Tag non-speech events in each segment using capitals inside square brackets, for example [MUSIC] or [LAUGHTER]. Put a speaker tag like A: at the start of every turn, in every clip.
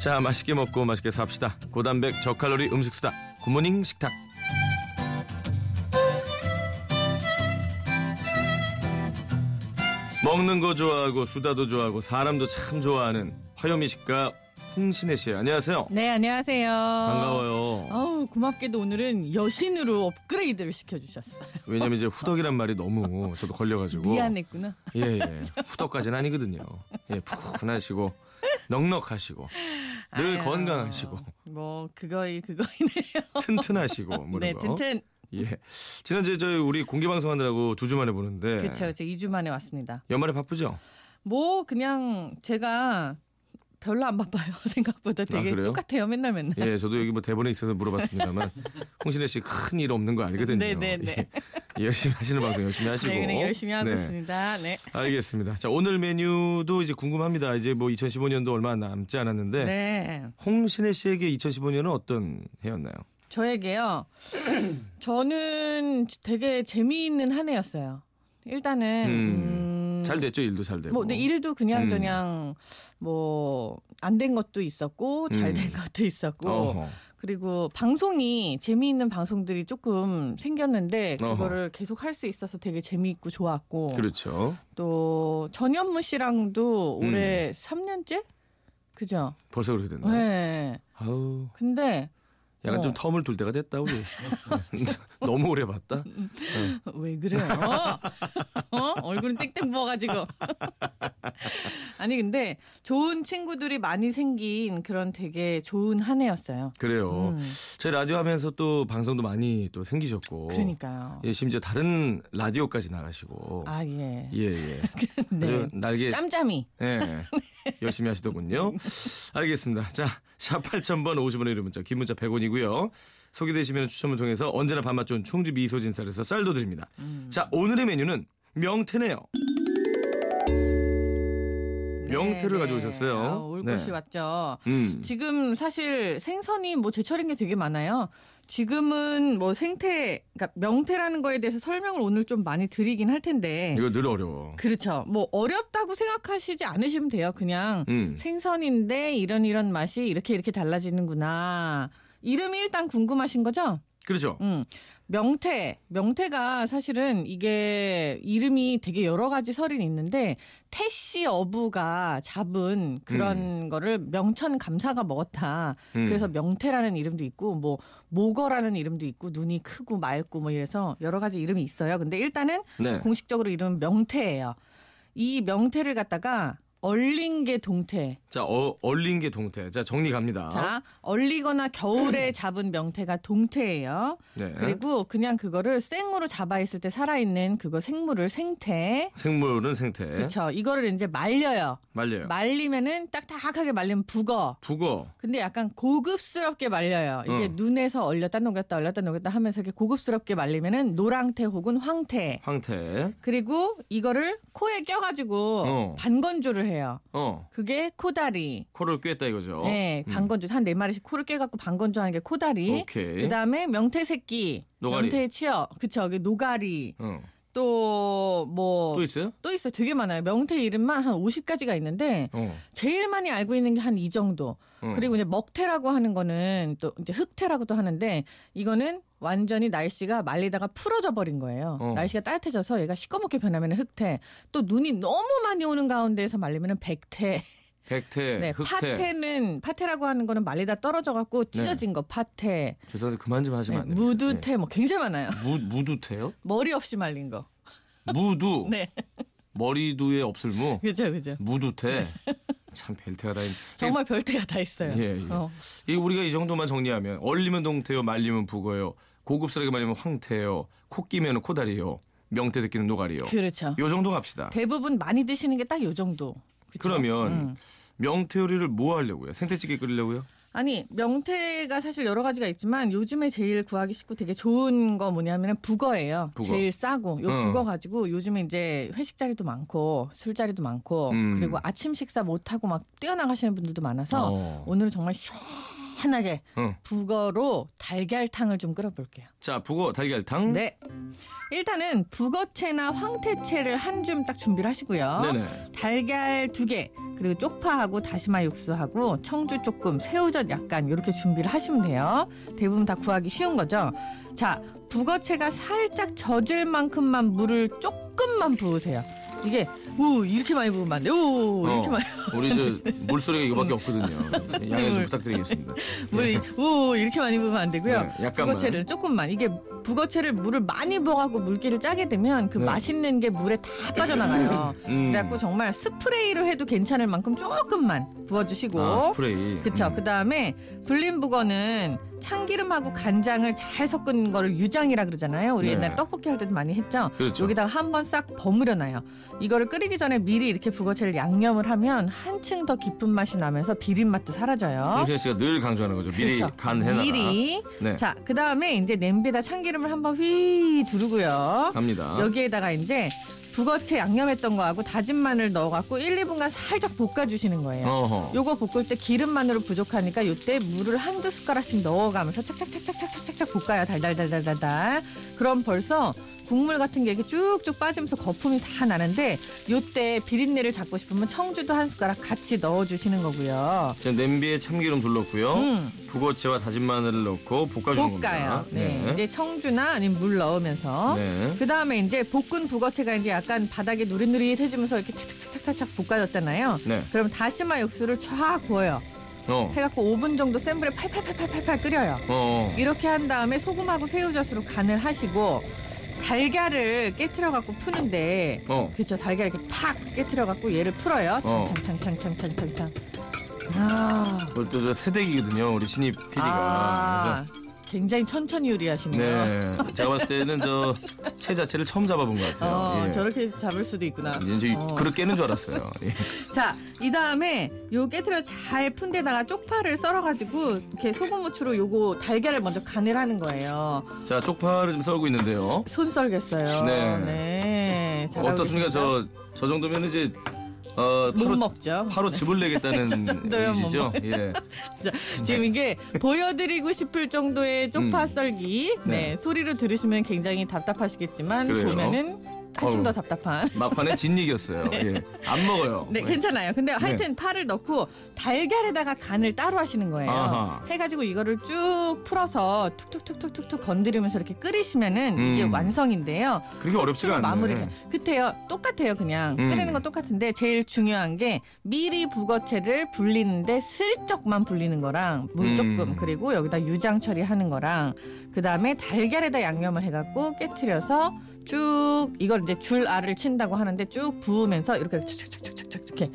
A: 자 맛있게 먹고 맛있게 삽시다 고단백 저칼로리 음식 수다 굿모닝 식탁 먹는 거 좋아하고 수다도 좋아하고 사람도 참 좋아하는 화요미식가 홍신혜 씨 안녕하세요
B: 네, 안녕하세요.
A: 반가워요
B: 어우, 고맙게도 오늘은 여신으로 업그레이드를 시켜주셨어.
A: 왜냐면 이제 후덕이란 말이 너무 저도 걸려가지고
B: 미안했구나.
A: 예예 후덕까지는 아니거든요 예 푸근하시고 넉넉하시고 늘
B: 아유,
A: 건강하시고
B: 뭐, 그거이, 그거이네요.
A: 튼튼하시고 뭐
B: 네,
A: 이런 거.
B: 튼튼.
A: 예. 지난주에 저희 우리 공개 방송하느라고 두 주 만에 보는데
B: 그쵸, 제 2주 만에 왔습니다.
A: 연말에 바쁘죠?
B: 뭐, 그냥 제가 별로 안 바빠요. [LAUGHS] 생각보다 되게
A: 그래요?
B: 똑같아요. 맨날 맨날.
A: 예, 저도 여기 뭐 대본에 있어서
B: [LAUGHS]
A: 물어봤습니다만 홍신혜 씨 큰 일 없는 거 알거든요.
B: 네, 네, 네.
A: 예. 열심히 하시는 방송 열심히 하시고.
B: 네, 그냥 열심히 하고
A: 네,
B: 있습니다. 네.
A: 알겠습니다. 자, 오늘 메뉴도 이제 궁금합니다. 이제 뭐 2015년도 얼마 남지 않았는데
B: 네.
A: 홍신혜 씨에게 2015년은 어떤 해였나요?
B: 저에게요. 저는 되게 재미있는 한 해였어요. 일단은,
A: 음,
B: 음,
A: 잘 됐죠, 일도 잘 되고.
B: 뭐, 근데 일도 그냥
A: 음.
B: 저냥 뭐 안 된 것도 있었고 잘 된
A: 음.
B: 것도 있었고
A: 어허.
B: 그리고 방송이 재미있는 방송들이 조금 생겼는데
A: 어허.
B: 그거를 계속 할 수 있어서 되게 재미있고 좋았고
A: 그렇죠.
B: 또 전현무 씨랑도
A: 음.
B: 올해 3년째 그죠?
A: 벌써 그렇게
B: 네.
A: 됐나요? 아우.
B: 근데 [LAUGHS]
A: 약간 좀
B: 어.
A: 텀을 둘 때가 됐다
B: [LAUGHS]
A: 우리. [LAUGHS] 너무 오래 봤다.
B: 왜 그래요? [LAUGHS] 어? 얼굴은 땡땡 부어가지고. [LAUGHS] 아니 근데 좋은 친구들이 많이 생긴 그런 되게 좋은 한 해였어요.
A: 그래요.
B: 음,
A: 저희 라디오 하면서 또 방송도 많이 또 생기셨고.
B: 그러니까요.
A: 예, 심지어 다른 라디오까지 나가시고.
B: 아 예. [LAUGHS]
A: 예, 예.
B: 네.
A: 아주 날개.
B: 짬짬이. [LAUGHS] 네.
A: 예. 열심히 하시더군요. 알겠습니다. 자, 샵 8000번 50원의 이름 문자, 긴 문자 100원이고요. 소개되시면 추첨을 통해서 언제나 밥맛 좋은 충주 미소진 쌀에서 쌀도 드립니다.
B: 음.
A: 자, 오늘의 메뉴는 명태네요. 명태를 가져오셨어요.
B: 아, 올
A: 네.
B: 곳이 왔죠.
A: 음.
B: 지금 사실 생선이 뭐 제철인 게 되게 많아요. 지금은 뭐 생태, 그러니까 명태라는 거에 대해서 설명을 오늘 좀 많이 드리긴 할 텐데.
A: 이거 늘 어려워.
B: 그렇죠. 뭐 어렵다고 생각하시지 않으시면 돼요. 그냥
A: 음.
B: 생선인데 이런 이런 맛이 이렇게 이렇게 달라지는구나. 이름이 일단 궁금하신 거죠?
A: 그렇죠.
B: 음. 명태. 명태가 사실은 이게 이름이 되게 여러 가지 설이 있는데 태씨 어부가 잡은 그런 거를 명천 감사가 먹었다.
A: 음.
B: 그래서 명태라는 이름도 있고 뭐 모거라는 이름도 있고 눈이 크고 맑고 뭐 이래서 여러 가지 이름이 있어요. 근데 일단은
A: 네.
B: 공식적으로 이름은 명태예요. 이 명태를 갖다가 얼린 게 동태.
A: 자, 어, 얼린 게 동태. 자, 정리 갑니다.
B: 자, 얼리거나 겨울에 잡은 명태가 동태예요.
A: 네.
B: 그리고 그냥 그거를 생으로 잡아 있을 때 살아 있는 그거 생물을 생태.
A: 생물은 생태.
B: 그렇죠. 이거를 이제 말려요.
A: 말려요.
B: 말리면은 딱딱하게 말리면 북어.
A: 북어.
B: 근데 약간 고급스럽게 말려요. 이게
A: 응.
B: 눈에서 얼렸다 녹였다 얼렸다 녹였다 하면서 이렇게 고급스럽게 말리면은 노랑태 혹은 황태.
A: 황태.
B: 그리고 이거를 코에 껴가지고
A: 어.
B: 반건조를 해요.
A: 어.
B: 그게 코다리.
A: 코를 꿰었다 이거죠.
B: 네,
A: 음.
B: 반건조 한 네 마리씩 코를 깨갖고 반건조하는 게 코다리.
A: 오케이.
B: 그다음에 명태 새끼,
A: 노가리.
B: 명태 치어, 그쵸? 그 노가리.
A: 어.
B: 또 뭐
A: 또
B: 또
A: 있어요?
B: 있어. 요 되게 많아요. 명태 이름만 한 50가지가 있는데
A: 어.
B: 제일 많이 알고 있는 게 한 이 정도.
A: 어.
B: 그리고 이제 먹태라고 하는 거는 또 이제 흑태라고도 하는데 이거는 완전히 날씨가 말리다가 풀어져 버린 거예요.
A: 어.
B: 날씨가 따뜻해져서 얘가 시꺼멓게 변하면 흑태. 또 눈이 너무 많이 오는 가운데에서 말리면 백태.
A: 백태,
B: 네,
A: 흑태.
B: 파태는 파태라고 하는 거는 말리다 떨어져 갖고 찢어진 거 파태.
A: 죄송한데 그만 좀 하시면
B: 네,
A: 안 됩니다.
B: 무두태 뭐 굉장히 많아요.
A: 네. 무 무두태요?
B: 머리 없이 말린 거.
A: 무두.
B: 네. [LAUGHS]
A: 머리두에 없을무.
B: 그죠, 그죠.
A: 무두태. 참 벨태가 다 있.
B: 정말 별태가 다 있어요.
A: 예, 예.
B: 어.
A: 이 우리가 이 정도만 정리하면 얼리면 동태요, 말리면 북어요, 고급스럽게 말리면 황태요, 코 끼면 코다리요, 명태 새끼는 노가리요.
B: 그렇죠.
A: 요 정도 갑시다.
B: 대부분 많이 드시는 게 딱 요 정도. 그죠?
A: 그러면
B: 음.
A: 명태 요리를 뭐 하려고요? 생태찌개 끓이려고요?
B: 아니 명태가 사실 여러 가지가 있지만 요즘에 제일 구하기 쉽고 되게 좋은 거 뭐냐면 북어예요.
A: 북어.
B: 제일 싸고 요
A: 어.
B: 북어 가지고 요즘에 이제 회식 자리도 많고 술 자리도 많고
A: 음.
B: 그리고 아침 식사 못 하고 막 뛰어나가시는 분들도 많아서
A: 어.
B: 오늘은 정말 시원하게
A: 응.
B: 북어로 달걀탕을 좀 끓여볼게요.
A: 자, 북어 달걀탕.
B: 네. 일단은 북어채나 황태채를 한 줌 딱 준비를 하시고요.
A: 네네.
B: 달걀 두 개, 그리고 쪽파하고 다시마 육수하고 청주 조금, 새우젓 약간 이렇게 준비를 하시면 돼요. 대부분 다 구하기 쉬운 거죠. 자, 북어채가 살짝 젖을 만큼만 물을 조금만 부으세요. 이게 오 이렇게 많이 부으면 안 돼. 오 이렇게
A: 어,
B: 많이
A: 우리
B: [LAUGHS]
A: 저 물소리가
B: 음.
A: 이거밖에 없거든요. 양해 좀
B: 물.
A: 부탁드리겠습니다.
B: 물, 오 이렇게 많이 부으면 안 되고요.
A: 네, 약간만.
B: 북어채를 조금만 이게 북어채를 물을 많이 부어갖고 물기를 짜게 되면 그
A: 네.
B: 맛있는 게 물에 다 빠져나가요.
A: 음.
B: 그래갖고 정말 스프레이로 해도 괜찮을 만큼 조금만 부어주시고
A: 아, 스프레이.
B: 그쵸.
A: 음.
B: 그 다음에 불린 북어는 참기름하고 간장을 잘 섞은 거를 유장이라 그러잖아요. 우리
A: 네.
B: 옛날 떡볶이 할 때도 많이 했죠.
A: 그렇죠.
B: 여기다가 한번 싹 버무려놔요. 이거를 끓이기 전에 미리 이렇게 북어채를 양념을 하면 한층 더 깊은 맛이 나면서 비린 맛도 사라져요.
A: 홍신 씨가 늘 강조하는 거죠. 그렇죠. 미리
B: 그렇죠.
A: 간해놔라.
B: 미리.
A: 네.
B: 자, 그 다음에 이제 냄비에다 참기름을 한번 휘 두르고요.
A: 갑니다.
B: 여기에다가 이제 북어채 양념했던 거하고 다진 마늘 넣어갖고 1, 2분간 살짝 볶아주시는 거예요.
A: 어허.
B: 요거 볶을 때 기름만으로 부족하니까 요때 물을 한두 숟가락씩 넣어가면서 착착착착착착착착 볶아야 달달달달달달. 그럼 벌써 국물 같은 게 이렇게 쭉쭉 빠지면서 거품이 다 나는데 요때 비린내를 잡고 싶으면 청주도 한 숟가락 같이 넣어주시는 거고요.
A: 자, 냄비에 참기름 둘렀고요.
B: 음.
A: 북어채와 다진 마늘을 넣고 볶아주는 겁니다.
B: 볶아요. 네. 이제 청주나 아니면 물 넣으면서.
A: 네.
B: 그 다음에 이제 볶은 북어채가 이제 약간 바닥에 누릿누릿해지면서 이렇게 탁탁탁탁탁 볶아졌잖아요.
A: 네.
B: 그럼 다시마 육수를 쫙 부어요.
A: 어.
B: 해갖고 5분 정도 센 불에 팔팔팔팔팔팔 끓여요.
A: 어.
B: 이렇게 한 다음에 소금하고 새우젓으로 간을 하시고 달걀을 깨트려 갖고 푸는데
A: 어.
B: 그쵸 달걀 이렇게 팍 깨트려 갖고 얘를 풀어요.
A: 어.
B: 창창창창창창창. 아,
A: 그걸 또저 새댁이거든요. 우리 신입 PD가.
B: 아 굉장히 천천히 요리하시네요.
A: 네. 제가 봤을 때는 저 채 자체를 처음 잡아본 것 같아요.
B: 어
A: 예.
B: 저렇게 잡을 수도 있구나.
A: 이제
B: 어.
A: 그렇게 깨는 줄 알았어요. 예.
B: 자, 이 다음에 요 깨트려 잘 푼 데다가 쪽파를 썰어가지고 이렇게 소금 후추로 요거 달걀을 먼저 간을 하는 거예요.
A: 자, 쪽파를 좀 썰고 있는데요.
B: 손 썰겠어요.
A: 네.
B: 네, 잘하고
A: 어떻습니까?
B: 계십니다.
A: 저, 저 정도면 이제, 어,
B: 못
A: 바로,
B: 먹죠.
A: 바로 집을
B: [LAUGHS]
A: 내겠다는
B: 정도면 못
A: 이미지죠. 예.
B: 자, 지금 이게 보여드리고 싶을 정도의 쪽파
A: 음.
B: 썰기.
A: 네.
B: 네. 소리로 들으시면 굉장히 답답하시겠지만
A: 그래요?
B: 보면은 한층 더
A: 어우.
B: 답답한. [LAUGHS]
A: 막판에 진익이었어요. 예. 안 먹어요.
B: 네, 괜찮아요. 근데 하여튼 파를 넣고 달걀에다가 간을 따로 하시는 거예요.
A: 아하.
B: 해가지고 이거를 쭉 풀어서 툭툭툭툭툭툭 건드리면서 이렇게 끓이시면은 이게
A: 음.
B: 완성인데요.
A: 그렇게 어렵지가 않네.
B: 마무리. 그때요. 똑같아요. 그냥
A: 음.
B: 끓이는 건 똑같은데 제일 중요한 게 미리 북어채를 불리는데 슬쩍만 불리는 거랑
A: 음.
B: 물 조금 그리고 여기다 유장 처리하는 거랑 그 다음에 달걀에다 양념을 해갖고 깨트려서 쭉 이걸 이제 줄 알을 친다고 하는데 쭉 부으면서 이렇게 쭉쭉쭉쭉쭉 이렇게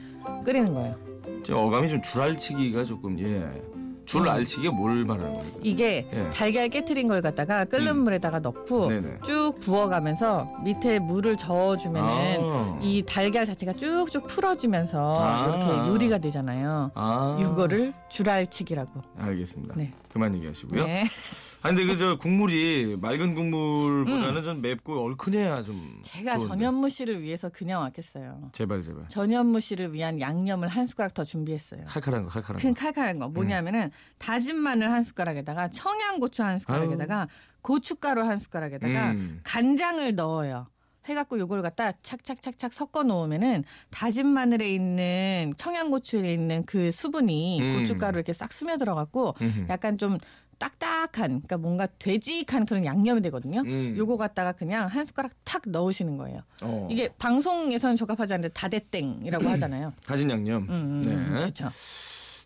B: 끓이는 거예요.
A: 좀 어감이 좀 줄알치기가 조금 예.
B: 어.
A: 줄알치기가 뭘 말하는 겁니까?
B: 이게
A: 예.
B: 달걀 깨트린 걸 갖다가 끓는
A: 음.
B: 물에다가 넣고
A: 네네.
B: 쭉 부어가면서 밑에 물을 저어주면은
A: 아.
B: 이 달걀 자체가 쭉쭉 풀어지면서
A: 아.
B: 이렇게 요리가 되잖아요.
A: 아.
B: 이거를 줄알치기라고.
A: 알겠습니다.
B: 네.
A: 그만 얘기하시고요.
B: 네. [LAUGHS]
A: 아 근데 그 저 국물이 맑은
B: 음.
A: 국물보다는 좀 맵고 얼큰해야 좀
B: 제가
A: 좋은데.
B: 전현무 씨를 위해서 그냥 왔겠어요.
A: 제발 제발
B: 전현무 씨를 위한 양념을 한 숟가락 더 준비했어요.
A: 칼칼한 거 칼칼한
B: 큰
A: 거.
B: 칼칼한 거
A: 음.
B: 뭐냐면은 다진 마늘 한 숟가락에다가 청양고추 한 숟가락에다가 고춧가루 한 숟가락에다가
A: 음.
B: 간장을 넣어요. 해갖고 요걸 갖다 착착착착 섞어 놓으면은 다진 마늘에 있는 청양고추에 있는 그 수분이
A: 음.
B: 고춧가루 이렇게 싹 스며들어갖고
A: 음흠.
B: 약간 좀 딱딱한 그러니까 뭔가 되직한 그런 양념이 되거든요.
A: 음.
B: 요거 갖다가 그냥 한 숟가락 탁 넣으시는 거예요.
A: 어.
B: 이게 방송에서는 적합하지 않는데 다대땡이라고 하잖아요.
A: 다진 양념.
B: 음,
A: 네.
B: 그렇죠.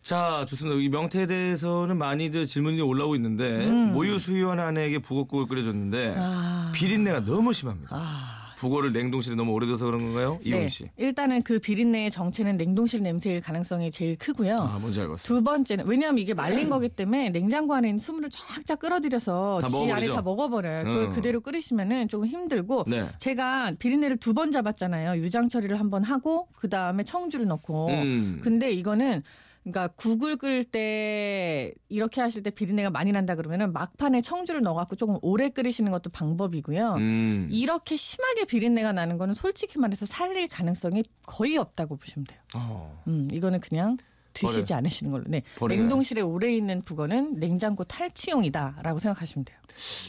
A: 자 좋습니다. 이 명태에 대해서는 많이들 질문이 올라오고 있는데
B: 음.
A: 모유 수유한 아내에게 북어국을 끓여줬는데
B: 아,
A: 비린내가 너무 심합니다.
B: 아.
A: 북어를 냉동실에 너무 오래둬서 그런 건가요, 이용
B: 네,
A: 씨?
B: 일단은 그 비린내의 정체는 냉동실 냄새일 가능성이 제일 크고요.
A: 아 뭔지 알겠어.
B: 두 번째는 왜냐하면 이게 말린 거기 때문에 냉장고 안에 있는 수분을 쫙쫙 끌어들여서
A: 다
B: 지 안에
A: 먹어버리죠?
B: 다 먹어버려요. 그걸
A: 어.
B: 그대로 끓이시면은 조금 힘들고
A: 네.
B: 제가 비린내를 두 번 잡았잖아요. 유장 처리를 한 번 하고 그 다음에 청주를 넣고.
A: 음.
B: 어. 근데 이거는 그러니까 국을 끓일 때 이렇게 하실 때 비린내가 많이 난다 그러면은 막판에 청주를 넣어갖고 조금 오래 끓이시는 것도 방법이고요.
A: 음.
B: 이렇게 심하게 비린내가 나는 거는 솔직히 말해서 살릴 가능성이 거의 없다고 보시면 돼요.
A: 어.
B: 음, 이거는 그냥 드시지
A: 버려요.
B: 않으시는 걸로. 네.
A: 버려요.
B: 냉동실에 오래 있는 북어는 냉장고 탈취용이다라고 생각하시면 돼요.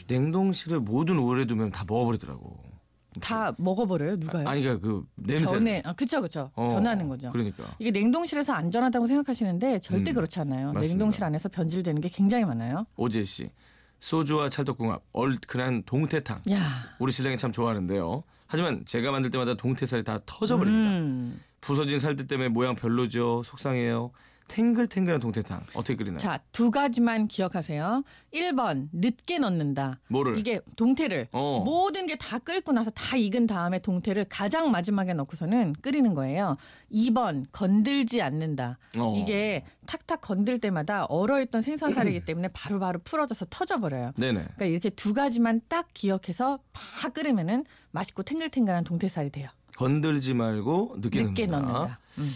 A: 냉동실에 모든 오래 두면 다 먹어버리더라고.
B: 다 먹어버려요 누가요?
A: 아니 그러니까 그 냄새.
B: 변해. 아, 그쵸 그쵸.
A: 어,
B: 변하는 거죠.
A: 그러니까.
B: 이게 냉동실에서 안전하다고 생각하시는데 절대
A: 음,
B: 그렇지 않아요.
A: 맞습니다.
B: 냉동실 안에서 변질되는 게 굉장히 많아요.
A: 오지혜 씨. 소주와 찰떡궁합, 얼큰한 동태탕.
B: 야.
A: 우리 신랑이 참 좋아하는데요. 하지만 제가 만들 때마다 동태살이 다 터져버립니다.
B: 음.
A: 부서진 살들 때문에 모양 별로죠. 속상해요. 탱글탱글한 동태탕. 어떻게 끓이나요?
B: 자, 두 가지만 기억하세요. 1번, 늦게 넣는다.
A: 뭐를?
B: 이게 뭐? 동태를
A: 어.
B: 모든 게 다 끓고 나서 다 익은 다음에 동태를 가장 마지막에 넣고서는 끓이는 거예요. 2번, 건들지 않는다.
A: 어.
B: 이게 탁탁 건들 때마다 얼어있던 생선살이기 때문에 바로바로 풀어져서 터져버려요.
A: 네네.
B: 그러니까 이렇게 두 가지만 딱 기억해서 팍 끓이면은 맛있고 탱글탱글한 동태살이 돼요.
A: 건들지 말고 늦게,
B: 늦게 넣는다. 음.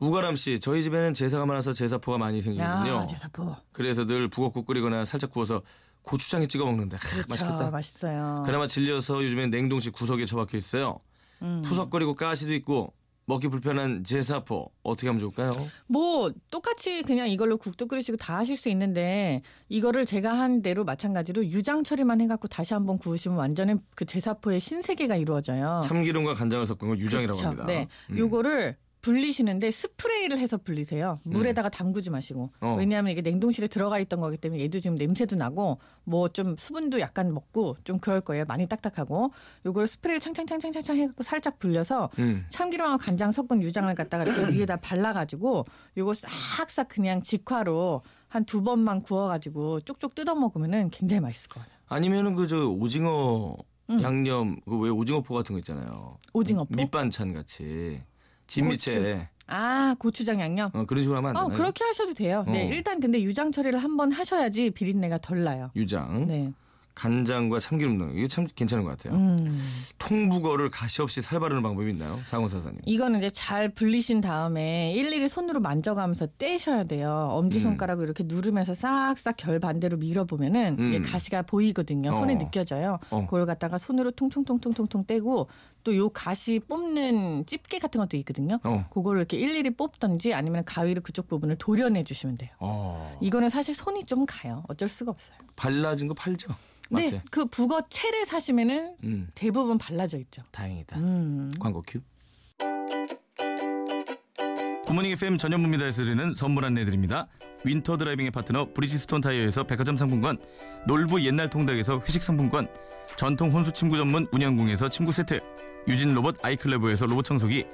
A: 우가람 씨, 저희 집에는 제사가 많아서 제사포가 많이 생기거든요.
B: 아, 제사포.
A: 그래서 늘 북엇국 끓이거나 살짝 구워서 고추장에 찍어 먹는데 하,
B: 그렇죠.
A: 맛있겠다.
B: 맛있어요.
A: 그나마 질려서 요즘엔 냉동실 구석에 처박혀 있어요.
B: 음.
A: 푸석거리고 가시도 있고 먹기 불편한 제사포 어떻게 하면 좋을까요?
B: 뭐 똑같이 그냥 이걸로 국도 끓이시고 다 하실 수 있는데 이거를 제가 한 대로 마찬가지로 유장 처리만 해갖고 다시 한번 구우시면 완전히 그 제사포의 신세계가 이루어져요.
A: 참기름과 간장을 섞은 걸 유장이라고
B: 그쵸?
A: 합니다.
B: 네,
A: 음.
B: 요거를 불리시는데 스프레이를 해서 불리세요.
A: 음.
B: 물에다가 담그지 마시고
A: 어.
B: 왜냐하면 이게 냉동실에 들어가 있던 거기 때문에 얘도 지금 냄새도 나고 뭐 좀 수분도 약간 먹고 좀 그럴 거예요. 많이 딱딱하고 요거를 스프레이를 창창창창창창 해갖고 살짝 불려서
A: 음.
B: 참기름하고 간장 섞은 유장을 갖다가
A: [CLEARS THROAT]
B: 이렇게 위에다 발라가지고 요거 싹싹 그냥 직화로 한 두 번만 구워가지고 쪽쪽 뜯어 먹으면은 굉장히 맛있을 거예요.
A: 아니면은 그 저 오징어
B: 음.
A: 양념 그 왜 오징어포 같은 거 있잖아요.
B: 오징어포?
A: 밑반찬 같이 진미채
B: 아 고추장 양념.
A: 어, 그런 식으로 하면 안
B: 어
A: 되나요?
B: 그렇게 하셔도 돼요. 네
A: 어.
B: 일단 근데 유장 처리를 한번 하셔야지 비린내가 덜 나요.
A: 유장,
B: 네.
A: 간장과 참기름 넣는 거. 이거 참 괜찮은 것 같아요.
B: 음.
A: 통북어를 가시 없이 살바르는 방법이 있나요? 상원사사님.
B: 이거는 이제 잘 불리신 다음에 일일이 손으로 만져가면서 떼셔야 돼요. 엄지 손가락으로 이렇게 누르면서 싹싹 결 반대로 밀어 보면은
A: 음.
B: 가시가 보이거든요. 손에
A: 어.
B: 느껴져요.
A: 어.
B: 그걸 갖다가 손으로 통통통통통통 떼고 또 요 가시 뽑는 집게 같은 것도 있거든요.
A: 어.
B: 그걸 이렇게 일일이 뽑던지 아니면 가위로 그쪽 부분을 도려내 주시면 돼요.
A: 어.
B: 이거는 사실 손이 좀 가요. 어쩔 수가 없어요.
A: 발라진 거 팔죠? 맞지?
B: 네, 그 북어 채를 사시면은
A: 음,
B: 대부분 발라져 있죠.
A: 다행이다.
B: 음.
A: 광고 큐. 굿모닝 FM 전현무입니다에서 드리는 선물 안내드립니다. 윈터 드라이빙의 파트너 브리지스톤 타이어에서 백화점 상품권, 놀부 옛날 통닭에서 회식 상품권, 전통 혼수 침구 전문 운영궁에서 침구 세트, 유진 로봇 아이클레버에서 로봇 청소기,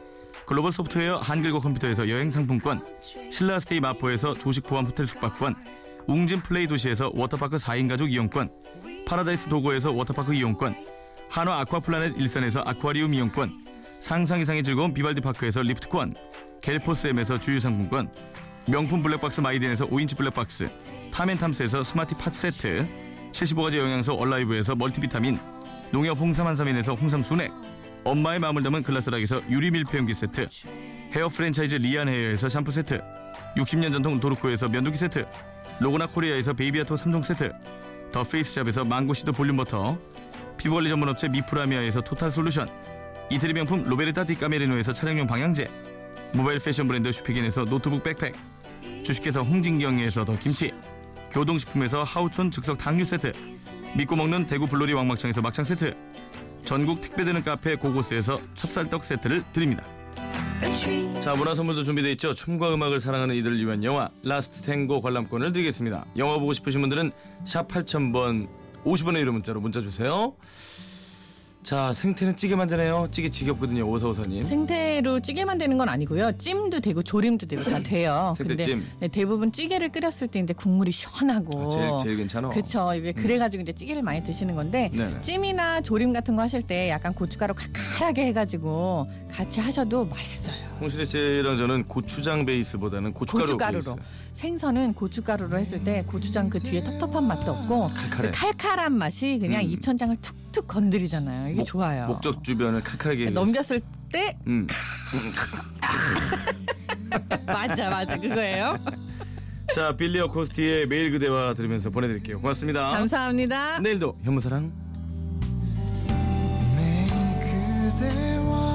A: 글로벌 소프트웨어 한글과 컴퓨터에서 여행 상품권, 신라스테이 마포에서 조식 포함 호텔 숙박권, 웅진 플레이 도시에서 워터파크 4인 가족 이용권, 파라다이스 도고에서 워터파크 이용권, 한화 아쿠아플라넷 일산에서 아쿠아리움 이용권, 상상 이상의 즐거운 비발디 파크에서 리프트권, 갤포스엠에서 주유 상품권, 명품 블랙박스 마이딘에서 5인치 블랙박스, 타멘탐스에서 스마티 팟 세트, 75가지 영양소 얼라이브에서 멀티비타민, 농협 홍삼 한삼인에서 홍삼 순액, 엄마의 마음을 담은 글라스락에서 유리 밀폐용기 세트, 헤어 프랜차이즈 리안 헤어에서 샴푸 세트, 60년 전통 도르코에서 면도기 세트, 로고나 코리아에서 베이비아토 3종 세트, 더 페이스샵에서 망고시드 볼륨 버터, 피부관리 전문 업체 미프라미아에서 토탈 솔루션, 이태리 명품 로베르타 디 까메리노에서 차량용 방향제, 모바일 패션 브랜드 슈피긴에서 노트북 백팩, 주식회사 홍진경에서 더 김치, 교동식품에서 하우촌 즉석 당류 세트, 믿고 먹는 대구 블로리 왕막창에서 막창 세트, 전국 택배되는 카페 고고스에서 찹쌀떡 세트를 드립니다. 자 문화 선물도 준비되어 있죠. 춤과 음악을 사랑하는 이들을 위한 영화 라스트 탱고 관람권을 드리겠습니다. 영화 보고 싶으신 분들은 샵 8000번 50원의 유료 문자로 문자 주세요. 자 생태는 찌개 만드네요. 찌개 지겹거든요. 오사오사님.
B: 생태로 찌개만 되는 건 아니고요. 찜도 되고 조림도 되고 다 돼요.
A: [CLEARS THROAT] 생태찜.
B: 네, 대부분 찌개를 끓였을 때 이제 국물이 시원하고
A: 아, 제일 음. 제일 괜찮아.
B: 그쵸 이게 그래가지고 이제 찌개를 많이 드시는 건데
A: 네네.
B: 찜이나 조림 같은 거 하실 때 약간 고춧가루 칼칼하게 해가지고 같이 하셔도 맛있어요.
A: 홍실혜 씨랑 저는 고추장 베이스보다는 고춧가루
B: 고춧가루로.
A: 베이스.
B: 생선은 고춧가루로 했을 때 고추장 그 뒤에 텁텁한 맛도 없고
A: 칼칼해.
B: 그 칼칼한 맛이 그냥
A: 음.
B: 입천장을 툭툭 건드리잖아요. 이게
A: 목-
B: 좋아요.
A: 목적 주변을 칼칼하게 해서.
B: 넘겼을 때
A: 그 음.
B: [LAUGHS] 맞아 맞아 그거예요.
A: 자 빌리 어코스티의 매일 그대와 들으면서 보내드릴게요. 고맙습니다. [LAUGHS]
B: 감사합니다.
A: 내일도 현무사랑.
C: 매일 그대와